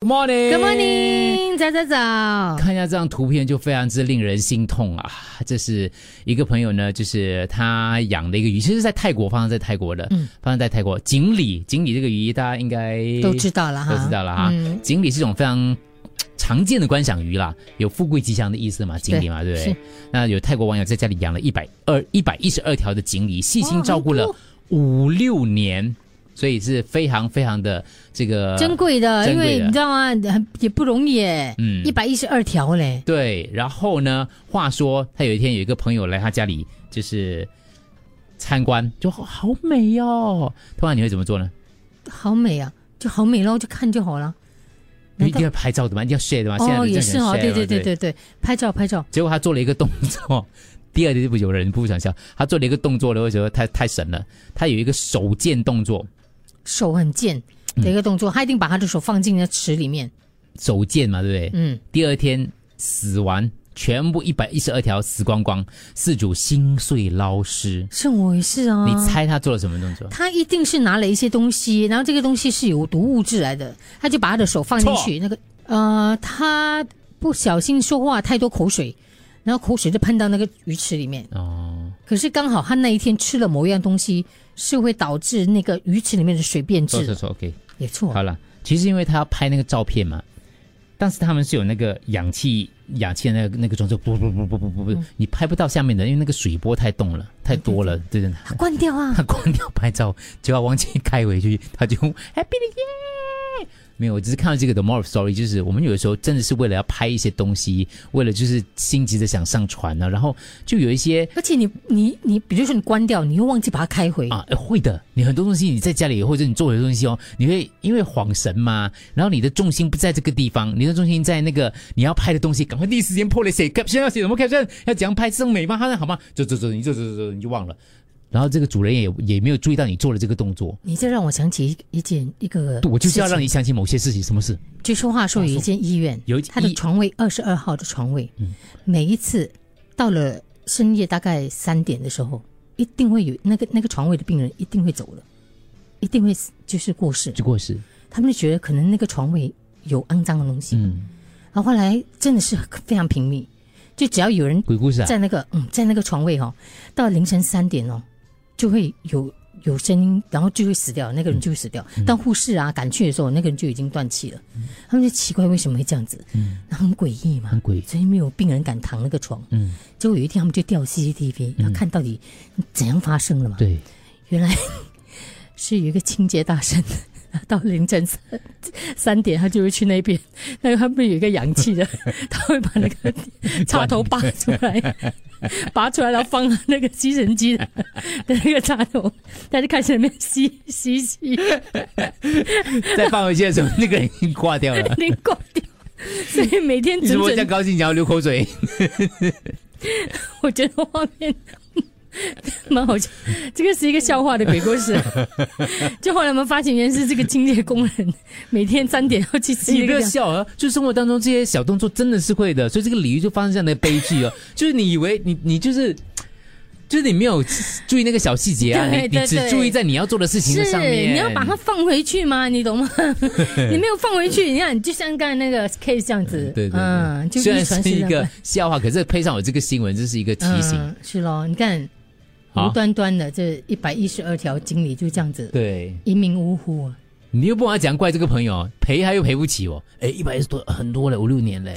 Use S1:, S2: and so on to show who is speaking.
S1: Good morning。
S2: Good morning，早早早。
S1: 看一下这张图片就非常之令人心痛啊！这是一个朋友呢，就是他养的一个鱼，其实是在泰国，发生在泰国的，
S2: 嗯
S1: 发生在泰国锦鲤。锦鲤这个鱼大家应该
S2: 都知道了哈，
S1: 都知道了哈
S2: 嗯，
S1: 锦鲤是一种非常常见的观赏鱼啦，有富贵吉祥的意思嘛，锦鲤嘛，对不对
S2: 是？
S1: 那有泰国网友在家里养了一百二一百一十二条的锦鲤，细心照顾了
S2: 哇
S1: 五六年，所以是非常非常的这个
S2: 珍贵的，
S1: 呃珍
S2: 因
S1: 贵的
S2: 为你知道吗，很也不容易耶，
S1: 嗯
S2: 一百一十二条嘞，
S1: 对，然后呢，话说他有一天有一个朋友来他家里，就是参观，就好好美哦。通常你会怎么做呢？
S2: 好美啊，就好美咯，就看就好了。
S1: 你
S2: 难
S1: 一
S2: 道
S1: 定要拍照的嘛，一定要 share 的嘛。现在
S2: 哦，
S1: 人
S2: 也
S1: 真
S2: 是
S1: 的
S2: 哦，
S1: 很 share
S2: 对
S1: 嘛
S2: 对对
S1: 不
S2: 对对，拍照拍照，
S1: 结果他做了一个动作，第二天就不有人不想笑，他做了一个动作了，我觉得太太神了。他有一个手贱动作，
S2: 手很贱
S1: 嗯
S2: 的一个动作，他一定把他的手放进那池里面，
S1: 手贱嘛，对不对？
S2: 嗯，
S1: 第二天死完，全部一百一十二条死光光，饲主心碎捞尸。
S2: 是我也是啊，
S1: 你猜他做了什么动作？
S2: 他一定是拿了一些东西，然后这个东西是有毒物质来的，他就把他的手放进去，那个呃，他不小心说话太多口水，然后口水就喷到那个鱼池里面。
S1: 哦，
S2: 可是刚好他那一天吃了某一样东西，是会导致那个鱼池里面的水变
S1: 错错啊
S2: 质，
S1: 错，OK。
S2: 也错
S1: 好。了，其实因为他要拍那个照片嘛，但是他们是有那个氧气氧气的那个那个装置，不不不不不不不，你拍不到下面的，因为那个水波太动了，太多了，嗯对对。
S2: 啊关掉啊
S1: 他！ 关掉拍照，结果忘记开回去，他就 Happy New Year。没有，我只是看到这个的 more of story，就是我们有的时候真的是为了要拍一些东西，为了就是心急的想上传呢、然后就有一些
S2: 而且你你你，比如说你关掉，你又忘记把它开回，
S1: 啊，呃会的，你很多东西你在家里或者你做很多东西哦，你会因为恍神嘛，然后你的重心不在这个地方，你的重心在那个你要拍的东西，赶快第一时间破了写 caption 要写什么 caption，要怎样拍正美吗？他说好吗？走走走，你走走走走，你就忘了。然后这个主人也也没有注意到你做了这个动作，
S2: 你这让我想起一一件一个事情，
S1: 我就是要让你想起某些事情，什么事？
S2: 据说话说有一间医院，
S1: 有一
S2: 他的
S1: 医嗯
S2: 床位二十二号的床位，每一次到了深夜大概三点的时候，一定会有那个那个床位的病人一定会走了，一定会死就是过世。
S1: 就过世。
S2: 他们就觉得可能那个床位有肮脏的东西，
S1: 嗯，
S2: 然后后来真的是非常频密，就只要有人
S1: 鬼故事啊，
S2: 在那个嗯在那个床位哦，到凌晨三点哦，就会有有声音，然后就会死掉，那
S1: 嗯
S2: 个人就会死掉。当护士啊赶去的时候，那个人就已经断气了。他们就奇怪为什么会这样子，那很诡异
S1: 嗯
S2: 嘛
S1: 很，诡异。
S2: 所以没有病人敢躺那个床。
S1: 嗯，
S2: 结果有一天他们就调 CCTV，要看到底怎样发生了嘛。
S1: 对，
S2: 原来 是有一个清洁大神，到凌晨三三点，他就会去那边，那个他们有一个氧气的，他会把那个插头拔出来，拔出来，然后放在那个吸尘机的的那个插头，他就开始在那边吸吸吸，
S1: 再放回去的时候，那个人已经挂掉了。
S2: 连挂掉。所以每天
S1: 你怎
S2: 整
S1: 么这样
S2: 整，
S1: 高兴？你要流口水？
S2: 我觉得画面蛮好笑。这个是一个笑话的鬼故事。就后来我们发现，原来是这个清洁工人每天三点要去吸
S1: 你
S2: 那
S1: 不
S2: 个
S1: 要
S2: 氧
S1: 笑啊！就生活当中这些小动作真的是会的，所以这个鲤鱼就发生这样的悲剧 哦。就是你以为你你就是。就是你没有注意那个小细节啊，
S2: 对
S1: 你
S2: 对
S1: 你只
S2: 对
S1: 注意在你要做的事情的
S2: 是
S1: 上面。
S2: 你要把它放回去吗？你懂吗？你没有放回去，你看，就像刚才那个 case 这样子，
S1: 对对对，
S2: 嗯，就
S1: 虽
S2: 一
S1: 然
S2: 传
S1: 是
S2: 十
S1: 一
S2: 这样
S1: 个
S2: 子
S1: 笑话，可是配上我这个新闻，这是一个提醒。
S2: 嗯，是咯，你看
S1: 好
S2: 无端端的这一百一十二条经理就这样子
S1: 对，
S2: 一命呜呼啊。
S1: 你又不往讲怪这个朋友，赔他又赔不起哦。哎，一百多很多了，五六年嘞。